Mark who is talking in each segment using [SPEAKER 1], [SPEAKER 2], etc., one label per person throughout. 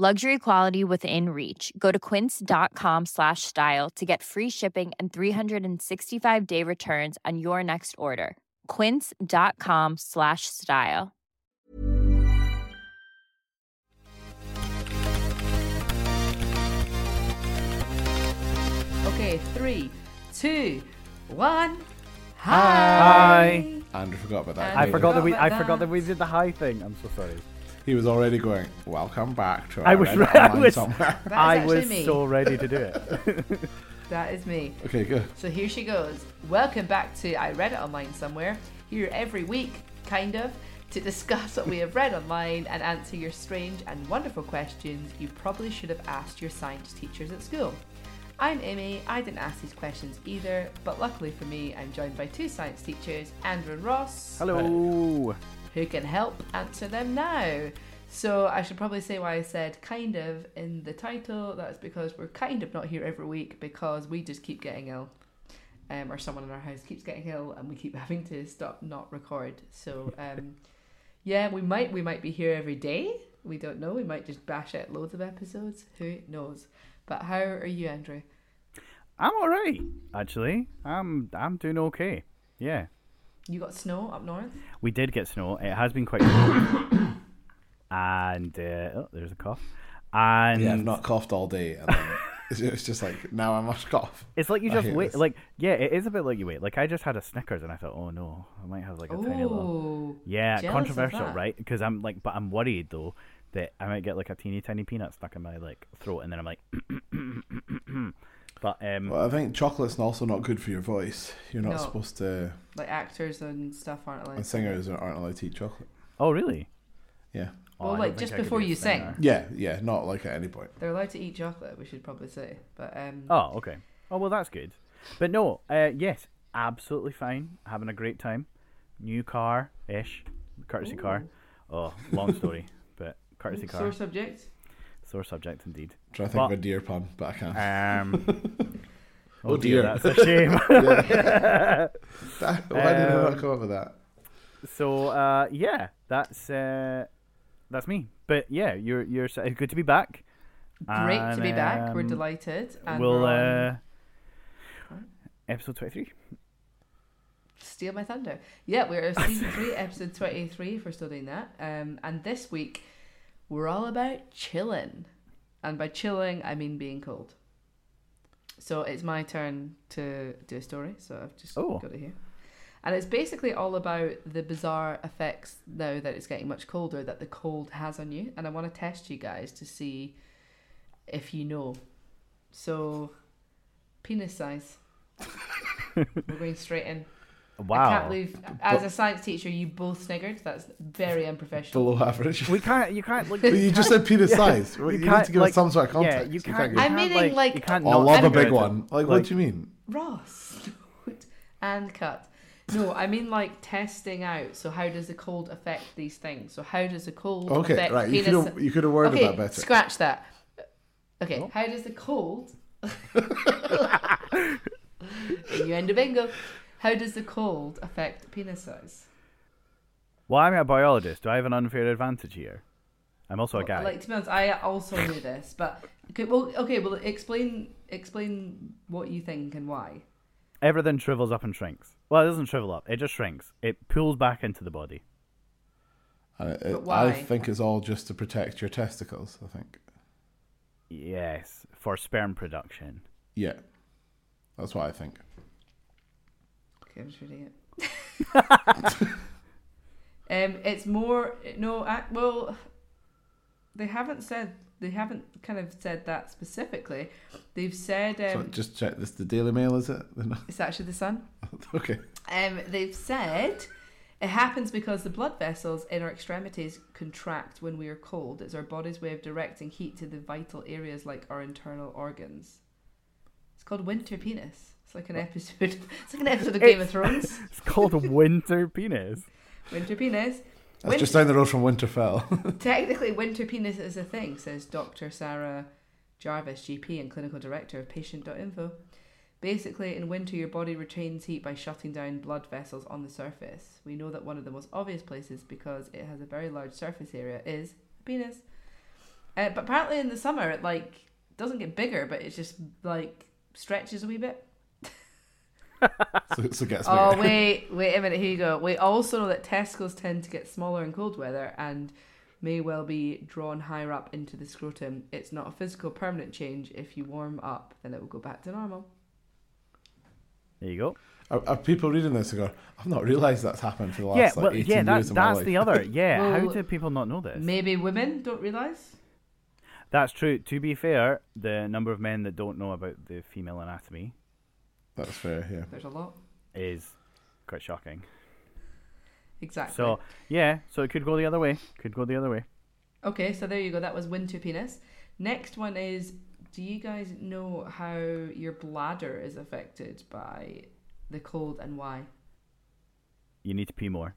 [SPEAKER 1] Luxury quality within reach. Go to quince.com slash style to get free shipping and 365 day returns on your next order. Quince.com slash style.
[SPEAKER 2] Okay, three, two, one.
[SPEAKER 3] Hi.
[SPEAKER 4] Andrew forgot about that.
[SPEAKER 2] I
[SPEAKER 3] I
[SPEAKER 4] didn't
[SPEAKER 3] forgot that we
[SPEAKER 2] forgot
[SPEAKER 3] I
[SPEAKER 2] about
[SPEAKER 3] forgot
[SPEAKER 2] that.
[SPEAKER 3] that we did the high thing. I'm so sorry.
[SPEAKER 4] he? He was already going. Welcome back to.
[SPEAKER 3] I
[SPEAKER 4] our
[SPEAKER 3] was
[SPEAKER 4] red
[SPEAKER 3] right- I
[SPEAKER 4] line
[SPEAKER 3] was-
[SPEAKER 4] somewhere."
[SPEAKER 2] That is
[SPEAKER 3] I
[SPEAKER 2] actually
[SPEAKER 3] was
[SPEAKER 2] me.
[SPEAKER 3] so ready to do it.
[SPEAKER 2] That is me.
[SPEAKER 4] okay, good.
[SPEAKER 2] So here she goes. Welcome back to I Read It Online Somewhere, here every week, kind of, to discuss what we have read online and answer your strange and wonderful questions you probably should have asked your science teachers at school. I'm Amy, I didn't ask these questions either, but luckily for me, I'm joined by two science teachers, Andrew and Ross,
[SPEAKER 3] Hello.
[SPEAKER 2] who can help answer them now. So I should probably say why I said kind of in the title. That's because we're kind of not here every week because we just keep getting ill. Um, or someone in our house keeps getting ill and we keep having to stop not record. So um, yeah, we might we might be here every day. We don't know. We might just bash out loads of episodes. Who knows? But how are you, Andrew?
[SPEAKER 3] I'm all right. Actually, I'm I'm doing okay. Yeah.
[SPEAKER 2] You got snow up north?
[SPEAKER 3] We did get snow. It has been quite cold. and uh, oh, there's a cough. And
[SPEAKER 4] Yeah, I've not coughed all day. And then it's- it's just like now I must cough.
[SPEAKER 3] it's like you
[SPEAKER 4] I
[SPEAKER 3] just
[SPEAKER 4] hate
[SPEAKER 3] wait.
[SPEAKER 4] this.
[SPEAKER 3] Like yeah, it is a bit like you wait. Like I just had a Snickers and I thought, oh no, I might have like a tiny little.
[SPEAKER 2] Oh,
[SPEAKER 3] Yeah,
[SPEAKER 2] jealous of
[SPEAKER 3] controversial,
[SPEAKER 2] that.
[SPEAKER 3] right? Because I'm like, but I'm worried though that I might get like a teeny tiny peanut stuck in my like throat, and then I'm like, but um,
[SPEAKER 4] Well, I think chocolate's also not good for your voice. You're not
[SPEAKER 2] No.
[SPEAKER 4] supposed to.
[SPEAKER 2] Like actors and stuff aren't allowed.
[SPEAKER 4] And singers aren't allowed to eat chocolate.
[SPEAKER 3] oh really?
[SPEAKER 4] Yeah,
[SPEAKER 3] Oh,
[SPEAKER 2] Well,
[SPEAKER 3] I don't
[SPEAKER 2] like,
[SPEAKER 3] think
[SPEAKER 2] just
[SPEAKER 3] I could
[SPEAKER 2] before
[SPEAKER 3] be a
[SPEAKER 2] you sing.
[SPEAKER 3] singer.
[SPEAKER 4] yeah, yeah. Not like at any point.
[SPEAKER 2] They're allowed to eat chocolate, we should probably say. But um
[SPEAKER 3] Oh, okay. Oh well, that's good. But no, uh, yes, absolutely fine. Having a great time. New car ish, courtesy car. Oh, long story, but courtesy car.
[SPEAKER 2] sore subject.
[SPEAKER 3] Sore subject indeed.
[SPEAKER 4] Try to think
[SPEAKER 3] But-
[SPEAKER 4] of a deer pun, but I can't.
[SPEAKER 3] Um.
[SPEAKER 4] Oh, dear.
[SPEAKER 3] that's a shame.
[SPEAKER 4] That- Why did
[SPEAKER 3] Um,
[SPEAKER 4] I not come up with that?
[SPEAKER 3] So uh, yeah, that's uh, that's me. But yeah, you're you're s- it's good to be back.
[SPEAKER 2] Great to be back. We're
[SPEAKER 3] Um,
[SPEAKER 2] delighted. And
[SPEAKER 3] we'll
[SPEAKER 2] we're on
[SPEAKER 3] uh, episode twenty three.
[SPEAKER 2] Steal My Thunder. Yeah, we're season three, episode twenty three if we're still doing that. Um and this week we're all about chilling. And by chilling I mean being cold. So it's my turn to do a story, so I've just
[SPEAKER 3] Oh.
[SPEAKER 2] got it here. And it's basically all about the bizarre effects now that it's getting much colder that the cold has on you. And I want to test you guys to see if you know. So, penis size. We're going straight in.
[SPEAKER 3] Wow,
[SPEAKER 2] I can't believe, as a science teacher, you both sniggered. That's very unprofessional.
[SPEAKER 4] Below average.
[SPEAKER 3] we can't. You can't. Like,
[SPEAKER 4] you just said penis size.
[SPEAKER 3] you
[SPEAKER 4] You, need
[SPEAKER 3] can't,
[SPEAKER 4] to give
[SPEAKER 3] like-
[SPEAKER 4] us some sort of
[SPEAKER 3] yeah,
[SPEAKER 4] context.
[SPEAKER 3] you
[SPEAKER 4] can't
[SPEAKER 3] can't-
[SPEAKER 4] go-
[SPEAKER 3] you
[SPEAKER 2] I'm
[SPEAKER 3] can't,
[SPEAKER 2] meaning, like-
[SPEAKER 3] you can't.
[SPEAKER 4] Oh, I
[SPEAKER 3] not
[SPEAKER 4] love a big
[SPEAKER 3] integrate it.
[SPEAKER 4] one. Like, what
[SPEAKER 3] Like-
[SPEAKER 4] do you mean?
[SPEAKER 2] Ross, load and cut. No, I mean like testing out. So, how does the cold affect these things? So, how does the cold
[SPEAKER 4] Okay,
[SPEAKER 2] affect
[SPEAKER 4] right. You
[SPEAKER 2] penis?
[SPEAKER 4] could have you could have worded
[SPEAKER 2] okay,
[SPEAKER 4] that better. Oh.
[SPEAKER 2] scratch that. Okay, how does the cold? you end a bingo. How does the cold affect penis size?
[SPEAKER 3] Well, I'm a biologist. Do I have an unfair advantage here? I'm also a guy.
[SPEAKER 2] Like to be honest, I also knew this, but okay, well, okay, well, explain explain what you think and why.
[SPEAKER 3] Everything shrivels up and shrinks. Well, it doesn't shrivel up. It just shrinks. It pulls back into the body.
[SPEAKER 4] And it- it-
[SPEAKER 2] But why?
[SPEAKER 4] I think it's all just to protect your testicles. I think.
[SPEAKER 3] Yes, for sperm production.
[SPEAKER 4] Yeah. That's what I think.
[SPEAKER 2] Okay, I'm just reading it. um, it's more no. Act, well, they haven't said they haven't kind of said that specifically. They've said
[SPEAKER 4] So
[SPEAKER 2] um,
[SPEAKER 4] just check this. The Daily Mail is it?
[SPEAKER 2] it's actually the sun.
[SPEAKER 4] okay.
[SPEAKER 2] Um, they've said it happens because the blood vessels in our extremities contract when we are cold. It's our body's way of directing heat to the vital areas like our internal organs. It's called winter penis. It's like an episode. It's like an episode of Game of Thrones.
[SPEAKER 3] It's called a winter penis.
[SPEAKER 2] Winter penis.
[SPEAKER 4] That's just down the road from Winterfell.
[SPEAKER 2] Technically, winter penis is a thing, says Dr. Sarah Jarvis, GP and clinical director of patient.info. Basically, in winter, your body retains heat by shutting down blood vessels on the surface. We know that one of the most obvious places, because it has a very large surface area, is the penis. Uh, but apparently, in the summer, it like doesn't get bigger, but it just like stretches a wee bit.
[SPEAKER 4] so, so it gets
[SPEAKER 2] Oh
[SPEAKER 4] bigger.
[SPEAKER 2] wait, wait a minute. Here you go. We also know that testicles tend to get smaller in cold weather and may well be drawn higher up into the scrotum. It's not a physical permanent change. If you warm up, then it will go back to normal.
[SPEAKER 3] There you go.
[SPEAKER 4] Are, are people reading this and going, I've not realised that's happened for the last
[SPEAKER 3] yeah,
[SPEAKER 4] like
[SPEAKER 3] well,
[SPEAKER 4] 18
[SPEAKER 3] yeah, that,
[SPEAKER 4] years of my
[SPEAKER 3] that's
[SPEAKER 4] life.
[SPEAKER 3] the other. Yeah, how
[SPEAKER 2] Well,
[SPEAKER 3] did people not know this?
[SPEAKER 2] Maybe women don't realize.
[SPEAKER 3] That's true. To be fair, the number of men that don't know about the female anatomy
[SPEAKER 4] That's fair, yeah.
[SPEAKER 2] There's a lot.
[SPEAKER 3] is quite shocking.
[SPEAKER 2] Exactly.
[SPEAKER 3] So yeah, so it could go the other way. Could go the other way.
[SPEAKER 2] okay, so there you go. That was winter penis. Next one is: Do you guys know how your bladder is affected by the cold and why?
[SPEAKER 3] You need to pee more.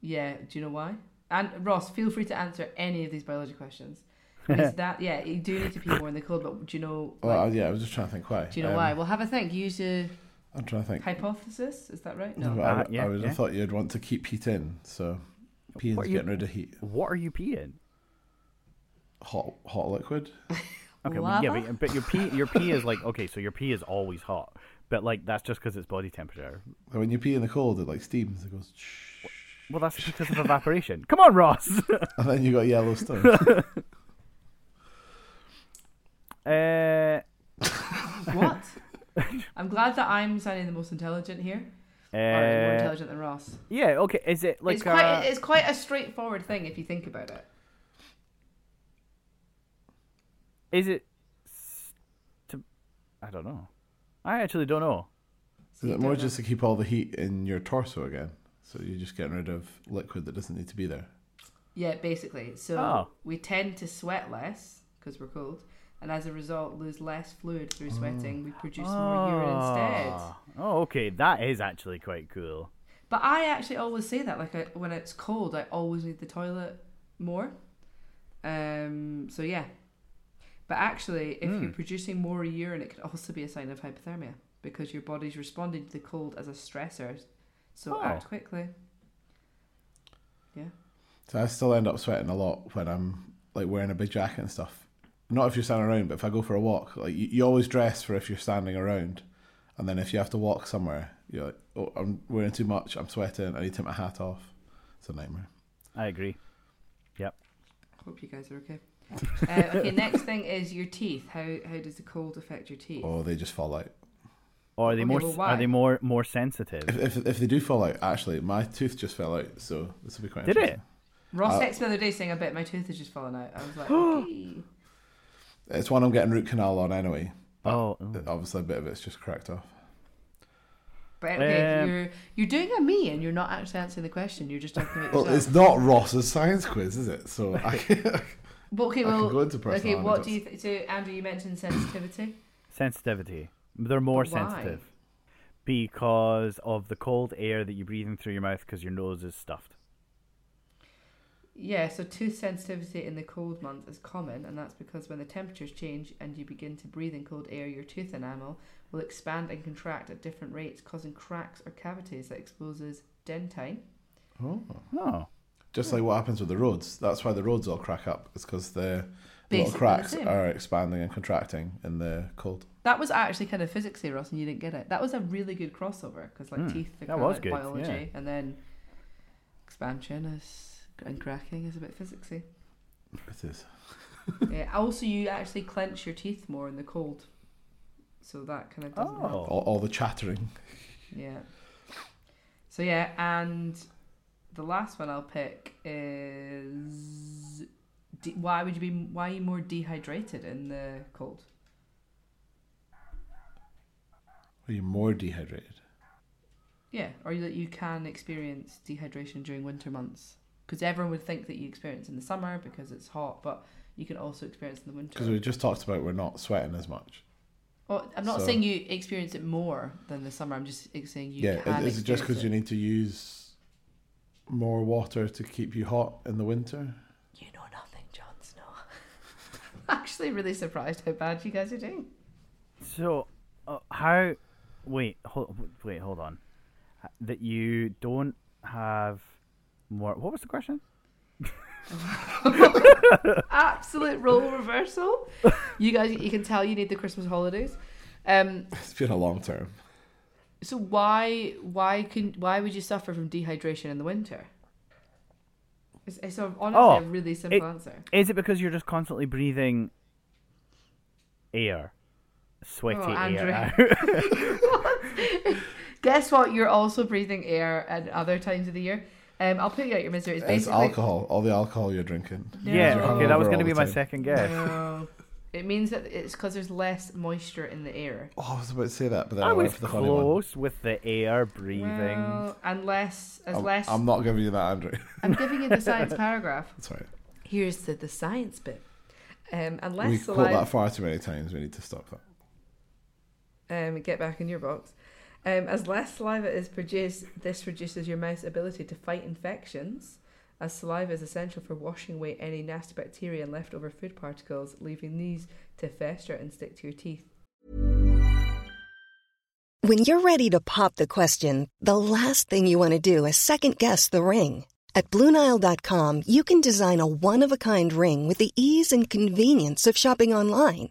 [SPEAKER 2] Yeah, do you know why? And Ross, feel free to answer any of these biology questions. Is that yeah? You do need to pee more in the cold, but do you know?
[SPEAKER 4] Well,
[SPEAKER 2] like,
[SPEAKER 4] yeah, I was just trying to think why.
[SPEAKER 2] do you know
[SPEAKER 4] Um,
[SPEAKER 2] why? Well, have a think. Use your
[SPEAKER 4] I'm trying to think.
[SPEAKER 2] hypothesis. Is that right?
[SPEAKER 4] No,
[SPEAKER 2] No.
[SPEAKER 4] but I,
[SPEAKER 3] Uh,
[SPEAKER 4] I
[SPEAKER 3] yeah,
[SPEAKER 4] was- I
[SPEAKER 3] yeah.
[SPEAKER 4] thought you'd want to keep heat in, so peeing's
[SPEAKER 3] What are
[SPEAKER 4] getting
[SPEAKER 3] you-
[SPEAKER 4] rid of heat.
[SPEAKER 3] What are you peeing?
[SPEAKER 4] Hot, hot liquid.
[SPEAKER 3] Okay, well, yeah,
[SPEAKER 2] Lava?
[SPEAKER 3] but, but your pee, your pee is like okay, so your pee is always hot, but like that's just because it's body temperature.
[SPEAKER 4] And when you pee in the cold, it like steams. It goes, shh,
[SPEAKER 3] Well, that's because of evaporation. Come on, Ross.
[SPEAKER 4] and then you got yellow stuff.
[SPEAKER 3] uh,
[SPEAKER 2] What? I'm glad that I'm sounding the most intelligent here, or more
[SPEAKER 3] uh,
[SPEAKER 2] intelligent than Ross.
[SPEAKER 3] yeah. Okay. Is it like
[SPEAKER 2] it's quite
[SPEAKER 3] uh,
[SPEAKER 2] it's quite a straightforward thing if you think about it.
[SPEAKER 3] Is it? St- I don't know. I actually don't know.
[SPEAKER 4] Is it more just to keep all the heat in your torso again? So you're just getting rid of liquid that doesn't need to be there.
[SPEAKER 2] Yeah, basically. So
[SPEAKER 3] Oh.
[SPEAKER 2] we tend to sweat less because we're cold, and as a result, lose less fluid through sweating. We produce more urine instead.
[SPEAKER 3] Ah, Oh, okay. That is actually quite cool.
[SPEAKER 2] But I actually always say that, like I, when it's cold, I always need the toilet more. Um, so yeah, but actually, if you're producing more urine, it could also be a sign of hypothermia because your body's responding to the cold as a stressor. So
[SPEAKER 3] Oh.
[SPEAKER 2] act quickly. Yeah.
[SPEAKER 4] So I still end up sweating a lot when I'm like wearing a big jacket and stuff. Not if you're standing around, but if I go for a walk, like you, you always dress for if you're standing around, and then if you have to walk somewhere, you're like, oh, I'm wearing too much. I'm sweating. I need to take my hat off. It's a nightmare.
[SPEAKER 3] I agree. Yep.
[SPEAKER 2] Hope you guys are okay. uh, okay. Next thing is your teeth. How how does the cold affect your teeth?
[SPEAKER 4] Oh, they just fall out.
[SPEAKER 3] Or are they
[SPEAKER 2] Okay,
[SPEAKER 3] more?
[SPEAKER 2] well,
[SPEAKER 3] s-
[SPEAKER 2] why?
[SPEAKER 3] are they more more
[SPEAKER 4] If,
[SPEAKER 3] sensitive?
[SPEAKER 4] if, if they do fall out, actually, my tooth just fell out, so this will be quite
[SPEAKER 3] Did
[SPEAKER 4] interesting.
[SPEAKER 3] it?
[SPEAKER 2] Ross texted me the other day saying, "I bet my tooth has just fallen out." I was like, okay.
[SPEAKER 4] It's one I'm getting root canal on anyway.
[SPEAKER 3] Oh,
[SPEAKER 4] Obviously, a bit of it's just cracked off.
[SPEAKER 2] But okay,
[SPEAKER 3] Um,
[SPEAKER 2] you're you're doing a me and you're not actually answering the question. You're just talking about
[SPEAKER 4] Well,
[SPEAKER 2] yourself.
[SPEAKER 4] it's not Ross's science quiz, is it? So I can,
[SPEAKER 2] But okay,
[SPEAKER 4] I can
[SPEAKER 2] well,
[SPEAKER 4] go into personal
[SPEAKER 2] okay. What do you th- so Andrew? You mentioned sensitivity.
[SPEAKER 3] sensitivity. They're more
[SPEAKER 2] But why?
[SPEAKER 3] sensitive because of the cold air that you're breathing through your mouth because your nose is stuffed.
[SPEAKER 2] yeah, so tooth sensitivity in the cold months is common, and that's because when the temperatures change and you begin to breathe in cold air, your tooth enamel will expand and contract at different rates, causing cracks or cavities that exposes dentine.
[SPEAKER 3] Oh,
[SPEAKER 4] just like what happens with the roads. That's why the roads all crack up. It's because the little
[SPEAKER 2] Basically
[SPEAKER 4] cracks
[SPEAKER 2] the same.
[SPEAKER 4] are expanding and contracting in the cold.
[SPEAKER 2] That was actually kind of physicsy, Ross, and you didn't get it. That was a really good crossover because like teeth, are
[SPEAKER 3] Hmm, that
[SPEAKER 2] kind of
[SPEAKER 3] was
[SPEAKER 2] like
[SPEAKER 3] good,
[SPEAKER 2] biology,
[SPEAKER 3] yeah.
[SPEAKER 2] and then expansion is and cracking is a bit physicsy.
[SPEAKER 4] It is.
[SPEAKER 2] yeah. Also, you actually clench your teeth more in the cold, So that kind of doesn't help.
[SPEAKER 3] Oh.
[SPEAKER 4] All, all the chattering.
[SPEAKER 2] Yeah. So yeah, and the last one I'll pick is de- why would you be why are you more dehydrated in the cold?
[SPEAKER 4] Are you more dehydrated?
[SPEAKER 2] Yeah, or that you can experience dehydration during winter months because everyone would think that you experience in the summer because it's hot, but you can also experience in the winter.
[SPEAKER 4] Because we just talked about we're not sweating as much.
[SPEAKER 2] Well, I'm not
[SPEAKER 4] So-
[SPEAKER 2] saying you experience it more than the summer. I'm just saying you
[SPEAKER 4] yeah,
[SPEAKER 2] can.
[SPEAKER 4] is- is it just
[SPEAKER 2] because
[SPEAKER 4] because you need to use more water to keep you hot in the winter?
[SPEAKER 2] You know nothing, Jon Snow. I'm actually really surprised how bad you guys are doing.
[SPEAKER 3] So, uh, how? Wait, hold, wait, hold on. Uh, That you don't have more. What was the question?
[SPEAKER 2] Absolute role reversal. You guys, you can tell you need the Christmas holidays. Um,
[SPEAKER 4] It's been a long term.
[SPEAKER 2] so why why can why would you suffer from dehydration in the winter? It's, it's a, honestly
[SPEAKER 3] Oh,
[SPEAKER 2] a really simple
[SPEAKER 3] it-
[SPEAKER 2] answer.
[SPEAKER 3] Is it because you're just constantly breathing air, sweaty
[SPEAKER 2] Oh, Andrew.
[SPEAKER 3] air? out?
[SPEAKER 2] Guess what? You're also breathing air at other times of the year. Um, I'll put you out your misery. It's
[SPEAKER 4] It's
[SPEAKER 2] basically
[SPEAKER 4] alcohol. All the alcohol you're drinking.
[SPEAKER 3] yeah.
[SPEAKER 2] No.
[SPEAKER 3] Okay, that was
[SPEAKER 4] Hungover
[SPEAKER 3] going to
[SPEAKER 4] all
[SPEAKER 3] be
[SPEAKER 4] the
[SPEAKER 3] my
[SPEAKER 4] time.
[SPEAKER 3] second guess.
[SPEAKER 2] No. It means that it's because there's less moisture in the air.
[SPEAKER 4] Oh, I was about to say that, but then I,
[SPEAKER 3] I
[SPEAKER 4] went
[SPEAKER 3] was
[SPEAKER 4] for the funny one.
[SPEAKER 3] close with the air breathing.
[SPEAKER 2] Well, and less, as
[SPEAKER 4] I'm,
[SPEAKER 2] less.
[SPEAKER 4] I'm not giving you that, Andrew.
[SPEAKER 2] I'm giving you the science paragraph.
[SPEAKER 4] Sorry.
[SPEAKER 2] Here's the, the science bit. Um, and less
[SPEAKER 4] we quote
[SPEAKER 2] saliva.
[SPEAKER 4] that far too many times. We need to stop that.
[SPEAKER 2] um, get back in your box. Um, as less saliva is produced, this reduces your mouth's ability to fight infections, as saliva is essential for washing away any nasty bacteria and leftover food particles, leaving these to fester and stick to your teeth.
[SPEAKER 5] When you're ready to pop the question, the last thing you want to do is second guess the ring. At Bluenile.com, you can design a one of a kind ring with the ease and convenience of shopping online.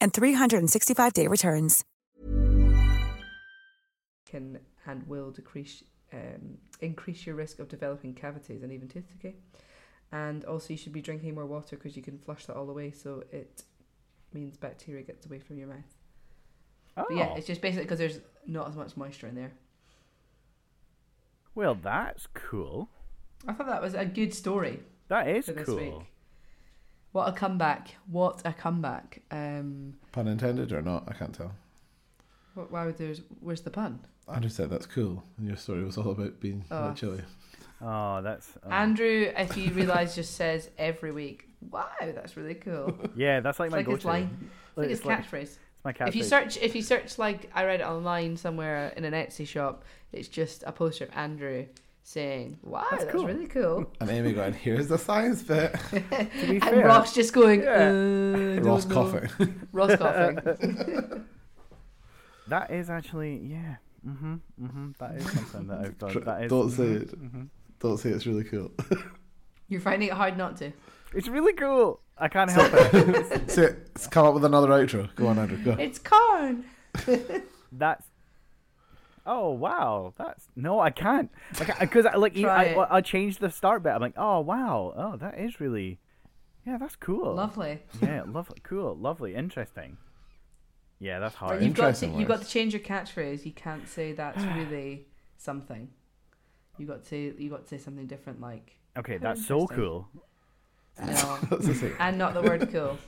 [SPEAKER 6] and 365-day returns.
[SPEAKER 2] can and will decrease um, increase your risk of developing cavities and even tooth decay. And also, you should be drinking more water because you can flush that all away, so it means bacteria gets away from your mouth.
[SPEAKER 3] Oh.
[SPEAKER 2] But yeah, it's just basically because there's not as much moisture in there.
[SPEAKER 3] Well, that's cool.
[SPEAKER 2] I thought that was a good story
[SPEAKER 3] That is
[SPEAKER 2] for this
[SPEAKER 3] cool.
[SPEAKER 2] week. What a comeback! What a comeback! Um,
[SPEAKER 4] Pun intended or not? I can't tell.
[SPEAKER 2] wh- why would there's where's the pun?
[SPEAKER 4] Andrew said that's cool, and your story was all about being a
[SPEAKER 2] Oh.
[SPEAKER 4] bit chilly.
[SPEAKER 3] Oh, that's oh.
[SPEAKER 2] Andrew, if you realise, just says every week, "Wow, that's really cool."
[SPEAKER 3] yeah. That's like
[SPEAKER 2] It's
[SPEAKER 3] my
[SPEAKER 2] like
[SPEAKER 3] go-to.
[SPEAKER 2] his line. It's like his
[SPEAKER 3] It's like-
[SPEAKER 2] catchphrase.
[SPEAKER 3] It's my cat.
[SPEAKER 2] if you search if you search like I read it online somewhere in an Etsy shop, it's just a poster of Andrew saying, Wow, that's,
[SPEAKER 3] cool."
[SPEAKER 2] really cool.
[SPEAKER 4] And Amy going, here's the science bit.
[SPEAKER 3] to be
[SPEAKER 2] and
[SPEAKER 3] fair,
[SPEAKER 2] Ross just going,
[SPEAKER 3] Yeah.
[SPEAKER 2] uh, I
[SPEAKER 4] Ross
[SPEAKER 2] don't know."
[SPEAKER 4] coughing.
[SPEAKER 2] Ross coughing.
[SPEAKER 3] that is actually yeah. Mhm. Mhm. That is something that I've done. That is,
[SPEAKER 4] Don't say
[SPEAKER 3] mhm,
[SPEAKER 4] it.
[SPEAKER 3] mhm.
[SPEAKER 4] Don't say it's really cool.
[SPEAKER 2] You're finding it hard not to.
[SPEAKER 3] It's really cool. I can't help it.
[SPEAKER 4] Say it. Let's come up with another outro. Go on, Andrew. Go.
[SPEAKER 2] It's corn.
[SPEAKER 3] That's. Oh wow, that's no, I can't. Because I, like e-
[SPEAKER 2] Try
[SPEAKER 3] I,
[SPEAKER 2] it.
[SPEAKER 3] I, change the start bit. I'm like, oh wow, oh that is really, yeah, that's cool.
[SPEAKER 2] Lovely.
[SPEAKER 3] Yeah, lovely, cool, lovely, interesting. Yeah, that's
[SPEAKER 2] Like,
[SPEAKER 3] hard.
[SPEAKER 2] you've got to
[SPEAKER 4] Interesting
[SPEAKER 2] you've got
[SPEAKER 4] words.
[SPEAKER 2] to change your catchphrase. You can't say that's really something. You got to you got to say something different, like
[SPEAKER 3] Okay,
[SPEAKER 2] How
[SPEAKER 3] that's so
[SPEAKER 2] interesting.
[SPEAKER 3] cool.
[SPEAKER 2] no,
[SPEAKER 4] That's the same.
[SPEAKER 2] and not the word cool.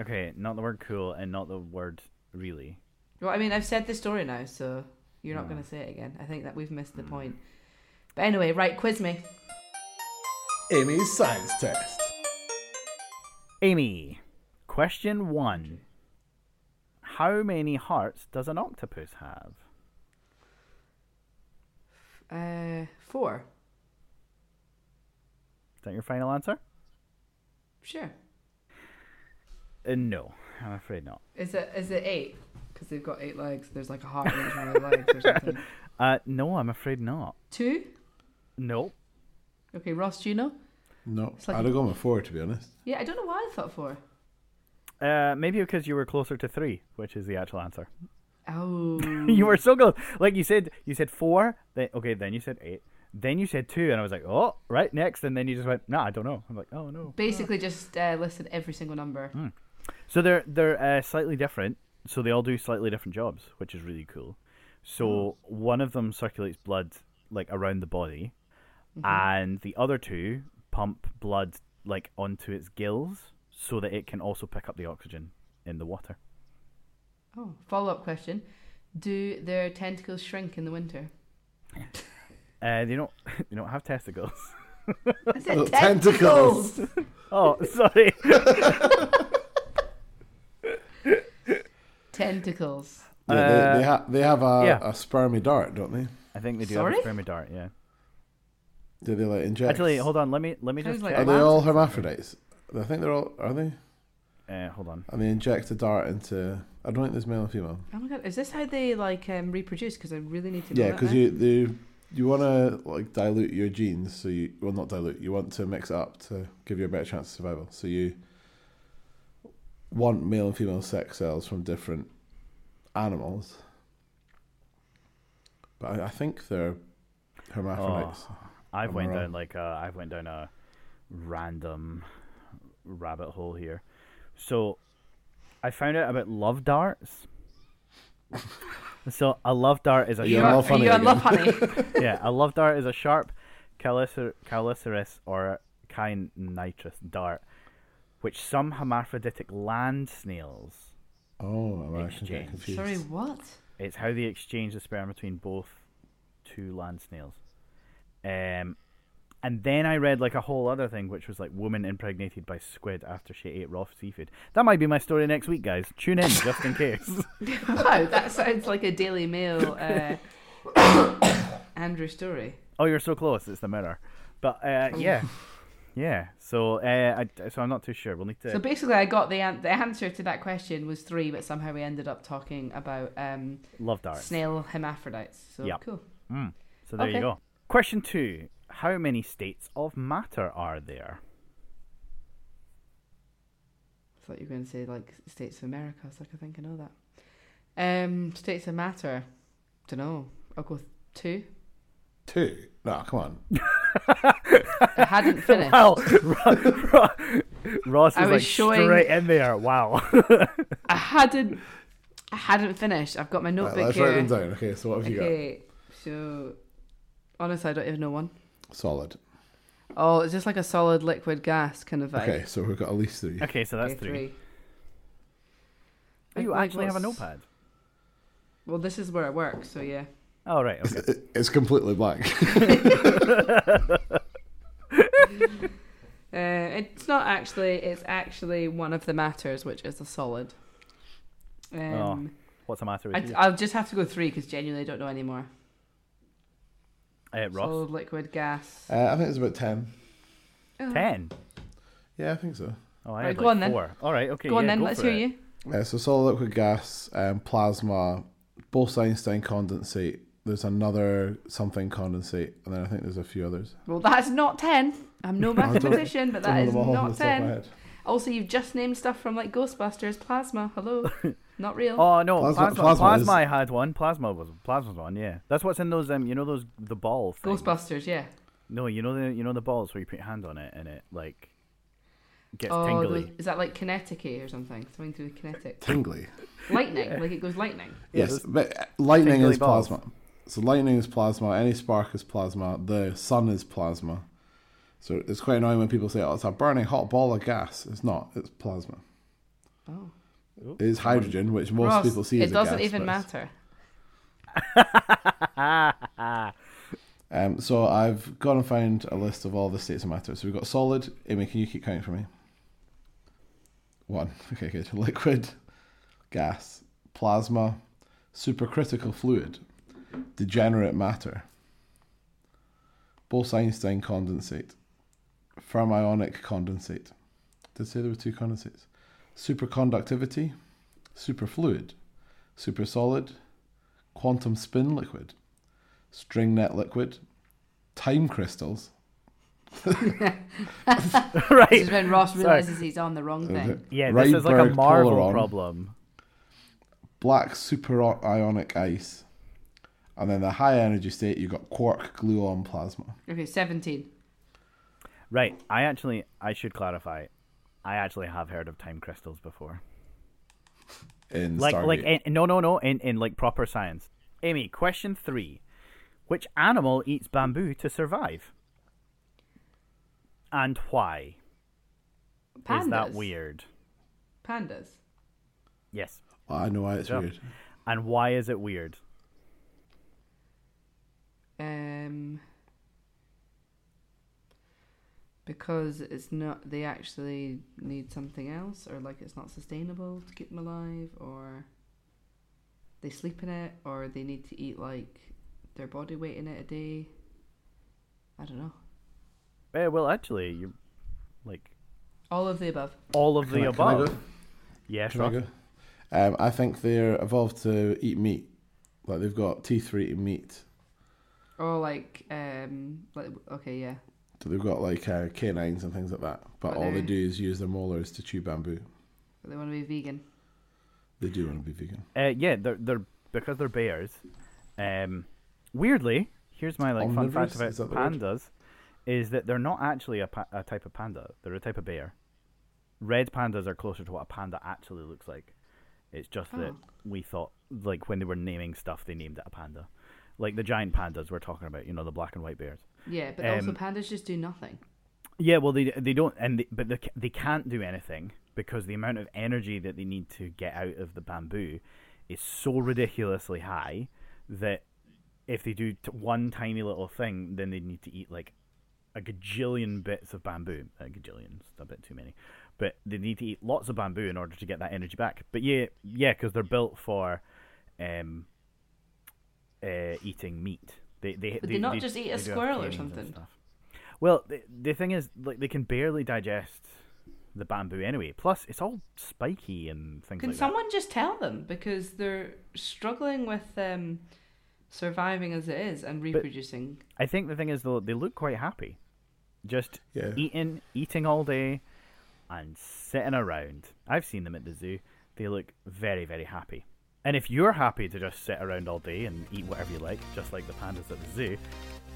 [SPEAKER 3] Okay, not the word cool and not the word really.
[SPEAKER 2] Well, I mean, I've said the story now, so you're not going to say it again. I think that we've missed the
[SPEAKER 4] Hmm.
[SPEAKER 2] point. But anyway, right, quiz me.
[SPEAKER 4] Amy's science test.
[SPEAKER 3] Amy, question one. How many hearts does an octopus have?
[SPEAKER 2] Uh, four.
[SPEAKER 3] Is that your final answer?
[SPEAKER 2] Sure.
[SPEAKER 3] Uh, no, I'm afraid not.
[SPEAKER 2] Is it is it eight? Because they've got eight legs. There's like a heart in each one of the legs or something.
[SPEAKER 3] Uh, no, I'm afraid not.
[SPEAKER 2] Two.
[SPEAKER 3] Nope.
[SPEAKER 2] Okay, Ross, do you know?
[SPEAKER 4] No,
[SPEAKER 2] like-
[SPEAKER 4] I'd have gone with four to be honest.
[SPEAKER 2] Yeah, I don't know why I thought four.
[SPEAKER 3] Uh, maybe because you were closer to three, which is the actual answer.
[SPEAKER 2] Oh.
[SPEAKER 3] you were so close. Like you said, you said four. Then okay, then you said eight. Then you said two, and I was like, oh, right next. And then you just went, nah, I don't know. I'm like, oh no.
[SPEAKER 2] Basically, just uh, listed every single number.
[SPEAKER 4] Hmm.
[SPEAKER 3] So they're they're uh, slightly different. So they all do slightly different jobs, which is really cool. So one of them circulates blood like around the body, and the other two pump blood like onto its gills so that it can also pick up the oxygen in the water.
[SPEAKER 2] Oh, follow up question: Do their tentacles shrink in the winter?
[SPEAKER 3] Uh, they don't they don't have testicles.
[SPEAKER 2] I said
[SPEAKER 4] Oh, tentacles.
[SPEAKER 2] tentacles!
[SPEAKER 3] oh, sorry.
[SPEAKER 2] Tentacles.
[SPEAKER 4] Yeah, they, they, ha- they have a,
[SPEAKER 3] Uh, yeah.
[SPEAKER 4] a spermy dart, don't they?
[SPEAKER 3] I think they do
[SPEAKER 2] Sorry?
[SPEAKER 3] have a spermidart, Yeah.
[SPEAKER 4] Do they like inject?
[SPEAKER 3] Actually, hold on. Let me let me just
[SPEAKER 2] Sounds like
[SPEAKER 4] Are
[SPEAKER 3] check.
[SPEAKER 4] they all hermaphrodites? I think they're all. Are they?
[SPEAKER 3] Uh, hold on.
[SPEAKER 4] And they inject a dart into. I don't think there's male and female.
[SPEAKER 2] Oh my god, is this how they like um, reproduce? Because I really need to. Know
[SPEAKER 4] Yeah,
[SPEAKER 2] that
[SPEAKER 4] because
[SPEAKER 2] now.
[SPEAKER 4] you you you want to like dilute your genes, so you well not dilute. You want to mix it up to give you a better chance of survival. So you want male and female sex cells from different animals, but I, I think they're hermaphrodites.
[SPEAKER 2] Ah.
[SPEAKER 3] I've
[SPEAKER 4] I'm
[SPEAKER 3] went
[SPEAKER 4] wrong.
[SPEAKER 3] down like a, I've went down a random rabbit hole here. So I found out about love darts. so a love dart is a
[SPEAKER 4] You
[SPEAKER 2] You
[SPEAKER 4] Yeah,
[SPEAKER 2] are,
[SPEAKER 3] sharp,
[SPEAKER 4] love
[SPEAKER 2] are
[SPEAKER 4] honey
[SPEAKER 2] you on
[SPEAKER 4] again.
[SPEAKER 2] love honey?
[SPEAKER 3] yeah a love dart is a sharp calicer- caliciris or nitrous dart, which some hermaphroditic land snails.
[SPEAKER 4] Oh, I'm actually
[SPEAKER 3] Exchange.
[SPEAKER 4] getting confused.
[SPEAKER 2] Sorry, what?
[SPEAKER 3] It's how they exchange the sperm between both two land snails. Um, and then I read like a whole other thing, which was like woman impregnated by squid after she ate raw seafood. That might be my story next week, guys. Tune in just in case.
[SPEAKER 2] Wow, that sounds like a Daily Mail uh, Andrew story.
[SPEAKER 3] oh, you're so close. It's the mirror. But
[SPEAKER 2] Oh.
[SPEAKER 3] uh, yeah, yeah. So uh, I, so I'm not too sure. We'll need to.
[SPEAKER 2] So basically, I got the an- the answer to that question was three, but somehow we ended up talking about um,
[SPEAKER 3] Love darts.
[SPEAKER 2] snail hermaphrodites. So
[SPEAKER 3] Yep.
[SPEAKER 2] cool.
[SPEAKER 3] Mm. So there you
[SPEAKER 2] Okay.
[SPEAKER 3] go. Question two: How many states of matter are there?
[SPEAKER 2] I thought you were going to say like states of America. I was like, I think I know that. Um, states of matter. Don't know. I'll go with two.
[SPEAKER 4] Two? No, come on.
[SPEAKER 2] I hadn't finished.
[SPEAKER 3] Wow, Ross is
[SPEAKER 2] I was
[SPEAKER 3] like
[SPEAKER 2] showing-
[SPEAKER 3] straight in there. Wow.
[SPEAKER 2] I hadn't. I hadn't finished. I've got my
[SPEAKER 4] Right,
[SPEAKER 2] notebook
[SPEAKER 4] let's
[SPEAKER 2] here.
[SPEAKER 4] write them down. Okay, so what have you got?
[SPEAKER 2] Okay, so honestly, I don't even know one.
[SPEAKER 4] Solid.
[SPEAKER 2] Oh, it's just like a solid liquid gas kind of vibe.
[SPEAKER 4] Okay, so we've got at least three.
[SPEAKER 3] Okay, so that's
[SPEAKER 2] Okay,
[SPEAKER 3] three.
[SPEAKER 2] Like-
[SPEAKER 3] You
[SPEAKER 2] like
[SPEAKER 3] actually have a
[SPEAKER 2] what's-
[SPEAKER 3] notepad.
[SPEAKER 2] Well, this is where I work, so yeah.
[SPEAKER 3] Oh right, okay.
[SPEAKER 4] It- It's completely blank.
[SPEAKER 2] Uh, it's not actually. It's actually one of the matters, which is a solid. Um,
[SPEAKER 3] What's the matter with
[SPEAKER 2] I,
[SPEAKER 3] you,
[SPEAKER 2] I'll just have to go three because genuinely I don't know anymore.
[SPEAKER 3] uh, Ross?
[SPEAKER 2] Solid, liquid, gas.
[SPEAKER 4] uh, I think it's about ten.
[SPEAKER 3] Ten.
[SPEAKER 4] Yeah, I think so.
[SPEAKER 3] Oh, I
[SPEAKER 2] uh, Right,
[SPEAKER 3] had
[SPEAKER 2] go
[SPEAKER 3] like
[SPEAKER 2] on then.
[SPEAKER 3] four. All right, okay.
[SPEAKER 2] go on
[SPEAKER 3] yeah,
[SPEAKER 2] then.
[SPEAKER 3] go
[SPEAKER 2] let's
[SPEAKER 3] for
[SPEAKER 2] hear
[SPEAKER 3] it.
[SPEAKER 2] you.
[SPEAKER 4] Yeah, so solid liquid gas, um, plasma, both Einstein condensate. There's another something condensate, and then I think there's a few others.
[SPEAKER 2] Well, that's not ten. I'm no
[SPEAKER 4] I don't-
[SPEAKER 2] mathematician, but
[SPEAKER 4] don't
[SPEAKER 2] that
[SPEAKER 4] know
[SPEAKER 2] is
[SPEAKER 4] them all off
[SPEAKER 2] not
[SPEAKER 4] the top of my
[SPEAKER 2] ten.
[SPEAKER 4] head.
[SPEAKER 2] Also, you've just named stuff from like Ghostbusters, plasma. Hello, not real.
[SPEAKER 3] Oh no,
[SPEAKER 4] Plasma-
[SPEAKER 3] plasma. Plasma,
[SPEAKER 4] plasma is-
[SPEAKER 3] I had one. Plasma was plasma's one. Yeah, that's what's in those. Um, you know those the ball. Thing.
[SPEAKER 2] Ghostbusters, yeah.
[SPEAKER 3] No, you know the you know the balls where you put your hand on it and it like gets
[SPEAKER 2] Oh,
[SPEAKER 3] tingly.
[SPEAKER 2] those, is that like kinetic or something? Something to do with kinetic.
[SPEAKER 4] Tingly.
[SPEAKER 2] Lightning, like it goes lightning.
[SPEAKER 4] yes, but uh, lightning
[SPEAKER 3] tingly
[SPEAKER 4] is
[SPEAKER 3] balls.
[SPEAKER 4] plasma. So lightning is plasma. Any spark is plasma. The sun is plasma. So it's quite annoying when people say, "Oh, it's a burning hot ball of gas." It's not. It's plasma.
[SPEAKER 2] Oh,
[SPEAKER 4] It is hydrogen, which most
[SPEAKER 2] Ross,
[SPEAKER 4] people see
[SPEAKER 2] it
[SPEAKER 4] as a
[SPEAKER 2] doesn't
[SPEAKER 4] gas,
[SPEAKER 2] even
[SPEAKER 4] but it's-
[SPEAKER 2] matter.
[SPEAKER 4] Um, so I've gone and found a list of all the states of matter. So we've got solid. Amy, can you keep counting for me? One. Okay, good. Liquid, gas, plasma, supercritical fluid, degenerate matter, Bose-Einstein condensate, fermionic condensate. Did it say there were two condensates? Superconductivity, superfluid, supersolid, quantum spin liquid string net liquid, time crystals.
[SPEAKER 2] This
[SPEAKER 3] right.
[SPEAKER 2] is when Ross realizes he's on the wrong thing.
[SPEAKER 3] Yeah,
[SPEAKER 4] Rydberg
[SPEAKER 3] this is like a Marvel
[SPEAKER 4] polaron,
[SPEAKER 3] problem.
[SPEAKER 4] Black super ionic ice. And then the high energy state, you've got quark gluon plasma.
[SPEAKER 2] Okay, seventeen.
[SPEAKER 3] Right. I actually, I should clarify. I actually have heard of time crystals before.
[SPEAKER 4] In
[SPEAKER 3] Like,
[SPEAKER 4] Stargate.
[SPEAKER 3] like, in, no, no, no. In, in like proper science. Amy, question three: Which animal eats bamboo to survive? And why
[SPEAKER 2] Pandas.
[SPEAKER 3] is that weird?
[SPEAKER 2] Pandas.
[SPEAKER 3] Yes.
[SPEAKER 4] Oh, I know why it's
[SPEAKER 3] Yeah.
[SPEAKER 4] weird.
[SPEAKER 3] And why is it weird?
[SPEAKER 2] Um, because it's not. They actually need something else, or like it's not sustainable to keep them alive, or they sleep in it, or they need to eat like their body weight in it a day. I don't know.
[SPEAKER 3] Eh, well, actually, you like
[SPEAKER 2] All of the above.
[SPEAKER 3] all of the
[SPEAKER 4] Can I- can I
[SPEAKER 3] above.
[SPEAKER 4] go?
[SPEAKER 3] Yes,
[SPEAKER 4] Can I
[SPEAKER 3] Ross.
[SPEAKER 4] go? Um, I think they're evolved to eat meat. Like they've got teeth for eating meat.
[SPEAKER 2] Or like, um, like okay, yeah.
[SPEAKER 4] So they've got like uh, canines and things like that. But all
[SPEAKER 3] Mm.
[SPEAKER 4] they
[SPEAKER 2] Okay.
[SPEAKER 4] do is use their molars to chew bamboo.
[SPEAKER 2] But they want to be vegan.
[SPEAKER 4] They do want to be vegan.
[SPEAKER 3] Uh, yeah, they're they're because they're bears. Um, weirdly, here's my like fun fact
[SPEAKER 4] Omnivorous?
[SPEAKER 3] about
[SPEAKER 4] Is that the word?
[SPEAKER 3] pandas is that they're not actually a, pa- a type of panda. They're a type of bear. Red pandas are closer to what a panda actually looks like. It's just that
[SPEAKER 2] Oh.
[SPEAKER 3] we thought like when they were naming stuff, they named it a panda, like the giant pandas we're talking about. You know, the black and white bears.
[SPEAKER 2] Yeah, but also
[SPEAKER 3] Um,
[SPEAKER 2] pandas just do nothing.
[SPEAKER 3] Yeah, well, they they don't, and they, but they ca- they can't do anything because the amount of energy that they need to get out of the bamboo is so ridiculously high that if they do t- one tiny little thing, then they need to eat like a gajillion bits of bamboo. A gajillion's a bit too many, but they need to eat lots of bamboo in order to get that energy back. But yeah, yeah, because they're built for um, uh, eating meat. They they
[SPEAKER 2] Would they not just eat a
[SPEAKER 3] do have
[SPEAKER 2] squirrel or
[SPEAKER 3] canes and
[SPEAKER 2] something?
[SPEAKER 3] stuff. Well, the, the thing is, like they can barely digest the bamboo anyway. Plus, it's all spiky and things
[SPEAKER 2] Can
[SPEAKER 3] like
[SPEAKER 2] someone just tell them because they're struggling with um, surviving as it is and reproducing?
[SPEAKER 3] that. I think the thing is though, they look quite happy, just
[SPEAKER 4] Yeah.
[SPEAKER 3] eating, eating all day, and sitting around. I've seen them at the zoo. They look very, very happy. And if you're happy to just sit around all day and eat whatever you like, just like the pandas at the zoo,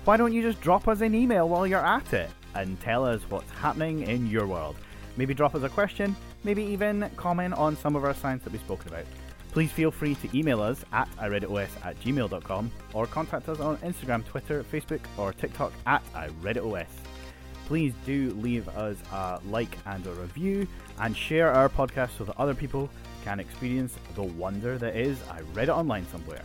[SPEAKER 3] why don't you just drop us an email while you're at it and tell us what's happening in your world? Maybe drop us a question, maybe even comment on some of our science that we've spoken about. Please feel free to email us at iRedditOS at gmail.com or contact us on Instagram, Twitter, Facebook, or TikTok at iRedditOS please do leave us a like and a review and share our podcast so that other people can experience the wonder that is I read it online somewhere.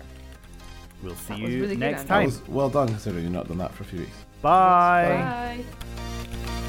[SPEAKER 3] We'll see
[SPEAKER 2] That was
[SPEAKER 3] you
[SPEAKER 2] really good,
[SPEAKER 3] next
[SPEAKER 2] Andrew.
[SPEAKER 4] That
[SPEAKER 3] time.
[SPEAKER 4] was well done considering you've not done that for a few weeks.
[SPEAKER 3] Bye.
[SPEAKER 2] Bye.